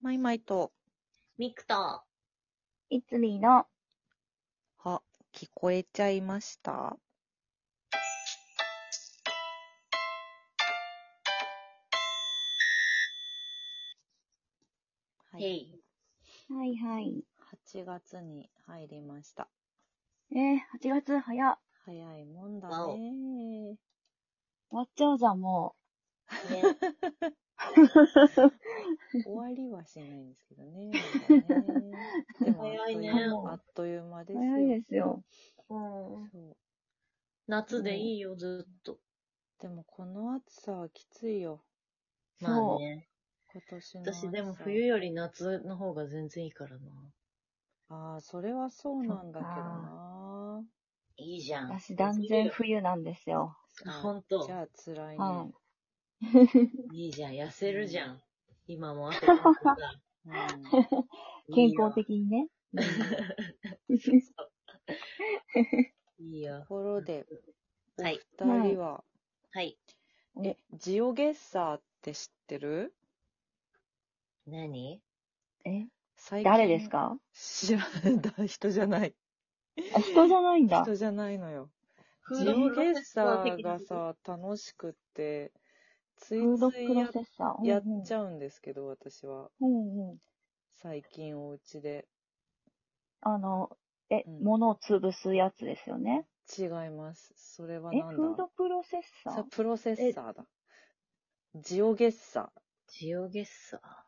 マイマイと、ミクと、いつりーの、あ、聞こえちゃいましたはへい、い。はいはい。 8月に入りました。えー、8月早っ。早いもんだわおね。終わっちゃうじゃん、もね、 終わりはしないんですけどね。まだねでも早いねあっという間あっとう。いう間ですよ。早いですよ。 うんそう夏でいいよ、ずっと。でもこの暑さはきついよ。そうまあね。今年の暑さ私でも冬より夏の方が全然いいからな。ああ、それはそうなんだけどそっないいじゃん。私断然冬なんですよ。あーほんとじゃあ辛いね。はいいじゃん、痩せるじゃん。今もあとなんか さ うんい。健康的にね。いいよと。ころで、はい。二人は、はい。はいえ、ジオゲッサーって知ってる何え、最近誰ですか知らない人じゃない。あ、 人じゃないんだ。人じゃないのよ。フジードオプゲロッセッササー的ーながさ、楽しくって、ついフードつプいロやセッサー。やっちゃゃうんですけど、私は。うん。うんうん。最近お家で。あの、え、うん物を潰すやつですよね。違います。それはえ、なんだフードプロセッサさープロセッサーだ。ジオゲッサー。ジオゲッサー。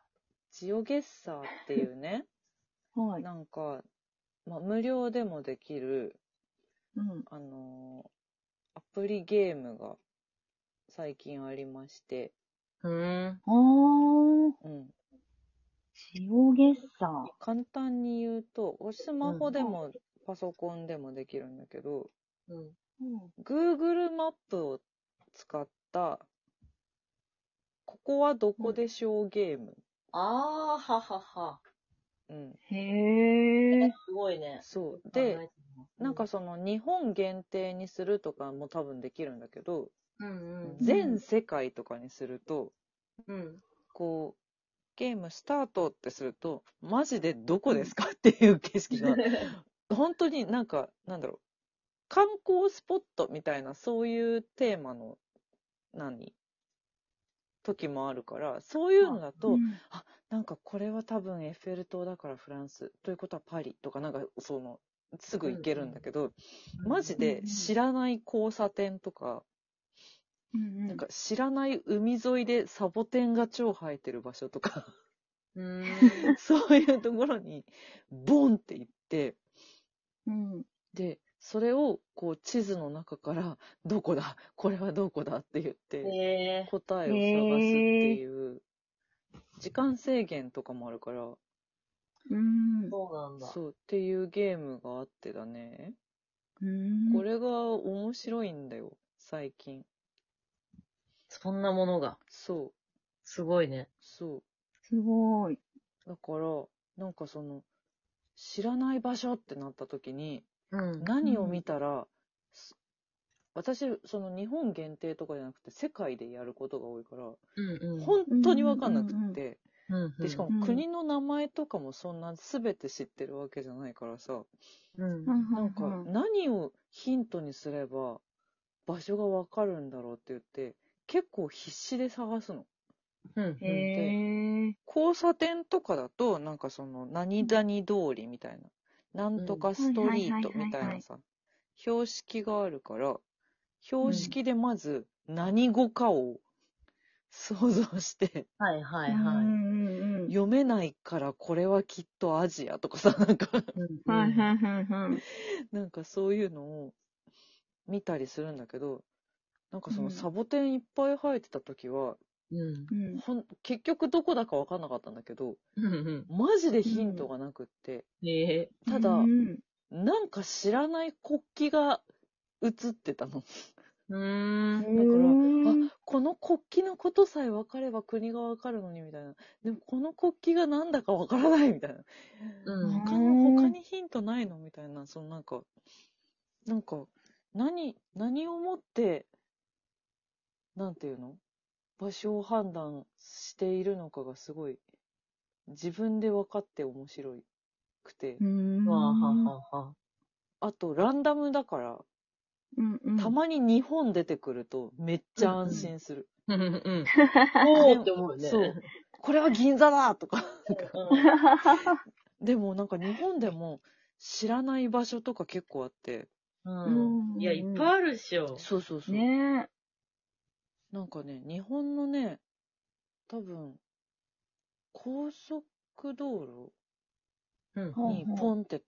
ジオゲッサーっていうね、はい。なんか、まあ、無料でもできる、うん。あのーアプリゲームが最近ありまして、うーん。あー、うん。塩ゲッサー。簡単に言うと、おスマホでうもパソコンでもできるんだけど、うん。うん。 Google マップを使った、ここはどこでしょうゲーム。あー、ははは。うん。へー。すごいね。そう。考えてでる、のなんか、その日本限定にするとかも多分できるんだけど、うんうん。全世界とかにすると、うん。こう、ゲームスタートってすると、マジでどこですかっていう景色 が、本当になんか、なんだろう、観光スポットみたいな、そういうテーマの、何時もあるから、そういうのだと、うんなんかこれは多分エッフェル塔だからフランス、ということはパリとか、なんかその、すぐ行けるんだけど、マジで知らない交差点とか、うんうんなんか知らない海沿いでサボテンが超生えてる場所と か、うーん。そういうところに、ボンって行って、うん。で、それを、こう、地図の中から、どこだ、これはどこだって言って、えー。答えを探すっていう、時間制限とかもあるから、うん。そうなんだ。そう、っていうゲームがあってだね。うんこれが面白いんだよ、最近。そんなものが。そう、すごいね。そう。すごい。だから、なんかその、知らない場所ってなった時に、うん何を見たら、す私、その日本限定とかじゃなくて、世界でやることが多いから、うんうん。本当にわかんなくって、うんうんで、しかも国の名前とかもそんな全て知ってるわけじゃないからさ、うんう。んなんか何をヒントにすれば場所がわかるんだろうって言って、結構必死で探すの。うんへえ。交差点とかだと、なんかその、何々通りみたいな、なんとかストリートみたいなさ、標識があるから、標識でまず何語かを想像して、はいはいうんはうんうん。読めないからこれはきっとアジアとかさ、なんか、い。うんはいはいはいはい。なんかそういうのを見たりするんだけど、なんかそうのんサボテンいっぱい生えてた時は、うん。うん。ほん結局どこだかわかんなかったんだけど、うんマジでヒントがなくって、うん。えただうんなんか知らない国旗が映ってたの。ー。うー。うんん。この国旗のことさえ分かれば国が分かるのにみたいな。でもこの国旗がなんだか分からないみたいな。うん。他うの、ん他にヒントないのみたいな、そのなんか、なんか、何、何をもって、なんていうの場所を判断しているのかがすごい自分で分かって面白くてう、ん。わあはあはあはあとランダムだから、うんうんたまに日本出てくるとめっちゃ安心する。あ。うんうん。おーって思うね。そう。これは銀座だとか。うん。でもなんか日本でも知らない場所とか結構あって、うんいや、いっぱいあるっしょ。そうそうそう。ねなんかね、日本のね、多分、高速道うんほ路うにポンって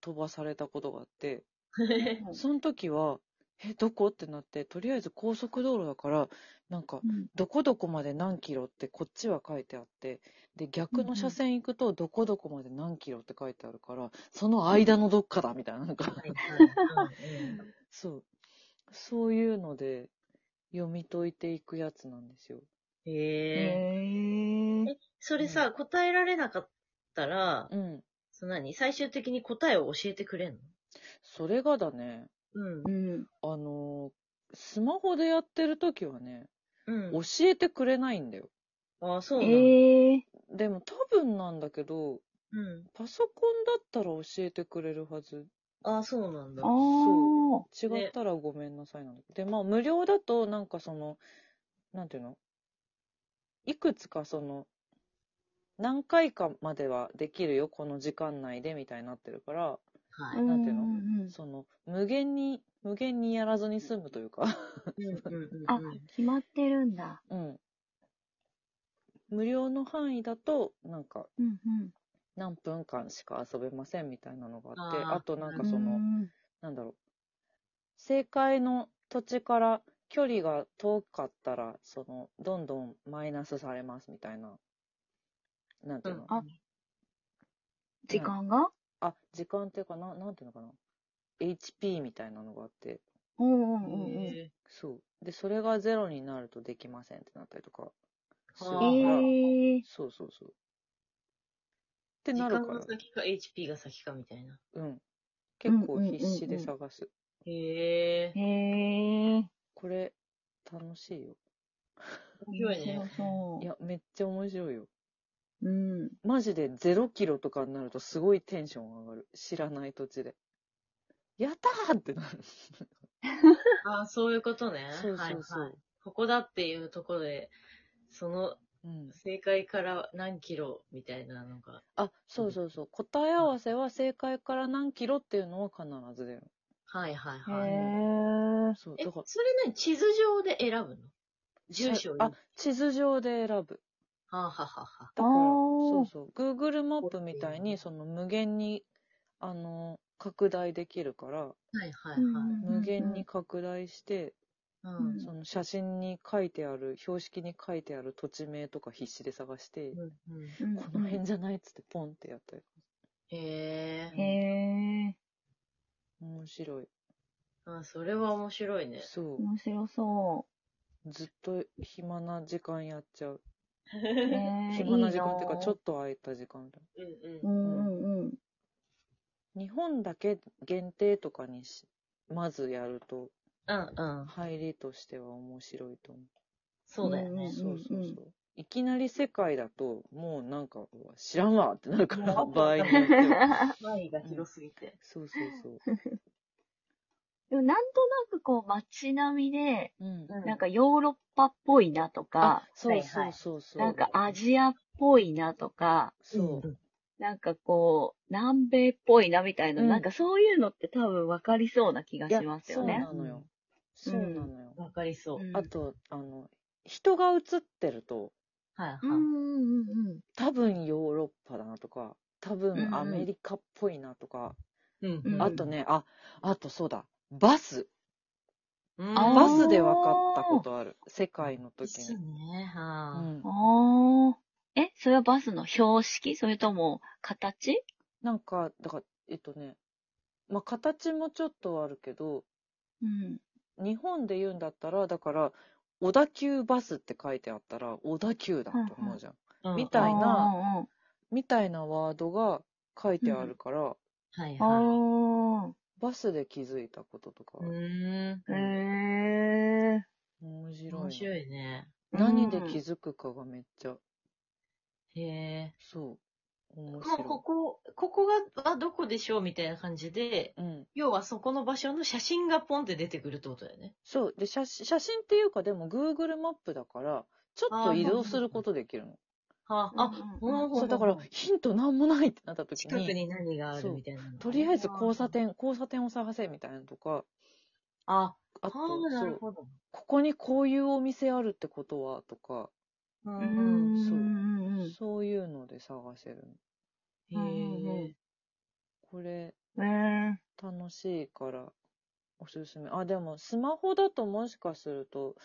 飛ばされたことがあって、え。その時は、え、どこってなって、とりあえず高速道路だから、なんか、うんどこどこまで何キロってこっちは書いてあって、で、逆の車線行くと、どこどこまで何キロって書いてあるから、その間のどっかだ、みたいな、なんか、はいはいうんうん そう。そういうので、読み解いていくやつなんですよ。へえ。へえ。それさ、答えられなかったら、うん。その何最終的に答えを教えてくれんのそれがだね、うんう。ん。あのースマホでやってる時はね、う教。んえてくれないんだよ。ああ、そうなんだ。ええ。でも多分なんだけど、うん。パソコンだったら教えてくれるはず。ああ、そうなんだあ。そあ。違ったらごめんなさいなんだけど。で、まあ無料だと、なんかその、なんていうのいくつかその、何回かまではできるよ、この時間内でみたいになってるから、はうい。なんていうのんその、無限に、無限にやらずに済むというか。うんうんうんうんあ決まってるんだ。 うん。無料の範囲だと、なんか、うん何分間しか遊べませんみたいなのがあって、ああーとなんうかん。その、なんだろう、正解の土地から距離が遠かったら、その、どんどんマイナスされますみたいな、なんていうの、あ時間があ、時間っていうかな、なんていうのかな、HP みたいなのがあって、うんううんうんうん。へそう。で、それがゼロになるとできませんってなったりとか、するあかーら、ええ。そうそうそう。ってえ時な間るかがら、先か HP が先かみたいな。うん。結構必死うんうんうんうでん探す。へえ。へえ。これ、楽しいよ。面白いね。そいや、めっちゃ面白いよ。う。うん。マジで0キロとかになるとすごいテンション上がる。知らない土地で。やったーってなる。ああ、そういうことね。そうそうそう。はいはいここだっていうところで、そのうん。正解から何キロみたいなのが。あ、そうそうそう。答え合わせは正解から何キロっていうのは必ず出る。はいはいへはい。え。そう。え、だそかられ、何地図上で選ぶの住所をあ、地図上で選ぶ。はあはあはあはだから、あそうーそう。Google マップみたいに、その無限に、あの、拡大できるから、あ。はいはいはい。無限に拡大して、うん。うんうんその写真に書いてある、標識に書いてある土地名とか必死で探して、うんうん。この辺じゃないっつってポンってやったり。へえ。へえ。面白い。あ、それは面白いね。そ。面白そうずっと暇な時間やっちゃう。 う。へえ。暇な時間っていうか、ちょっっと空いた時間だ。うんううん。んうんうん。日本だけ限定とかにし、まずやると、うんうん。入りとしては面白いと思う。そうだようねん。そうそうそう。うんいきなり世界だと、もうなんか、うわ知らんわってなるから、もう場合によって は。範囲が広すぎて。そうそうそう。でもなんとなくこう街並みで、うん。うなんかヨーロッパっぽいなとか、そうそうそうそう。なんかアジアっぽいなとか、そう。なんかこう、南米っぽいなみたいな、うんなんかそういうのって多分わかりそうな気がいやしますそようね。なのよ。うんそうなのよ。わかりそう。うんあと、あの、人が映ってると、はいはい。うんうんうん多分ヨーロッパだなとか、多うんう分んアメリカっぽいなとか、うんうんあとね、あ、あとそうだ、バス。うんあーバスで分かったことある。世界の時ですに。ね。うはあ。ん。うん。ああ。え、それはバスの標識それとも形なんか、だから、えっとね、まあ、形もちょっとあるけど、うん。日本で言うんだったら、だから、小田急バスって書いてあったら、小田急だって思うじゃん。うんみたいなな。みたいなワードが書いてあるから、はいあはあ。バスで気づいたこととかい。、うん。へえ。面白いの面白いね。何で気づくかがめっちゃ、へえ。そう。面もう白ここ、ここが、はどこでしょうみたいな感じで、い。うん。要はそこの場所の写真がポンって出てくるってことだよね。そう。で、写真写真っていうか、でも Google マップだから、ちょっと移動することできるの。はあ、あ、うんうんうんほうほうほうそう、だからヒントなんもないってなった時近くに、に何があるみたいなのがね。とりあえず交差点、交差点を探せみたいなのとか、あ、あと、あーなそるう、ほど。ここにこういうお店あるってことは、とか、ううんんううん。そうんうんそういうので探せるの。へうんえ。これ、うん。え楽しいから、おすすめ。あ、でも、スマホだともしかすると、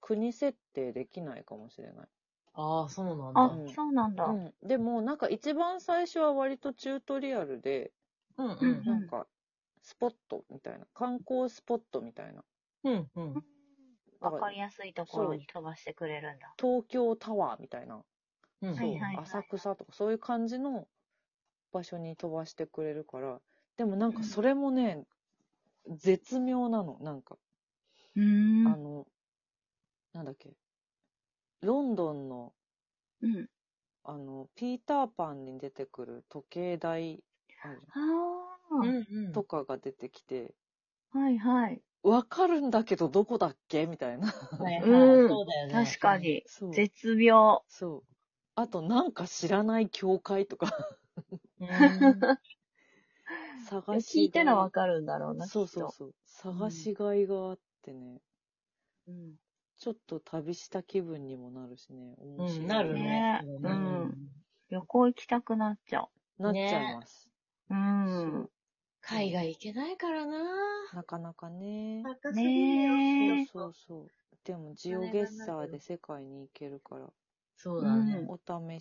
国設定できないかもしれない。ああ、そうなんあ、だ。うんそうなんだ。うん。でも、なんか一番最初は割とチュートリアルで、うんううんん。なんか、スポットみたいな、観光スポットみたいな。うんうん。わかりやすいところに飛ばしてくれるんだ。東京タワーみたいな、うんそう、はいはいはい浅草とか、そういう感じの場所に飛ばしてくれるから、でもなんかそれもね、絶妙なの、なんか。うーん。あの、なんだっけ、ロンドンの、うん。あの、ピーターパンに出てくる時計台あるじゃあうんうんんとかが出てきて、あ、はいはい。わかるんだけどどこだっけみたいな。はいはいうんそうだよね。確か。に。 そう。絶妙。そう。あと、なんか知らない教会とかうん探しが聞いたらわかるんだろうな、そうそうそう。探しがいがあってね、きっとうんちょっと旅した気分にもなるしね、面う白い。ん、なるねね。うん旅行行きたくなっちゃなっちゃいます。う。うそんう。海外行けないからな。なかなかね。高ねえそうそうそう。でも、ジオゲッサーで世界に行けるから、そうだね。うんお試し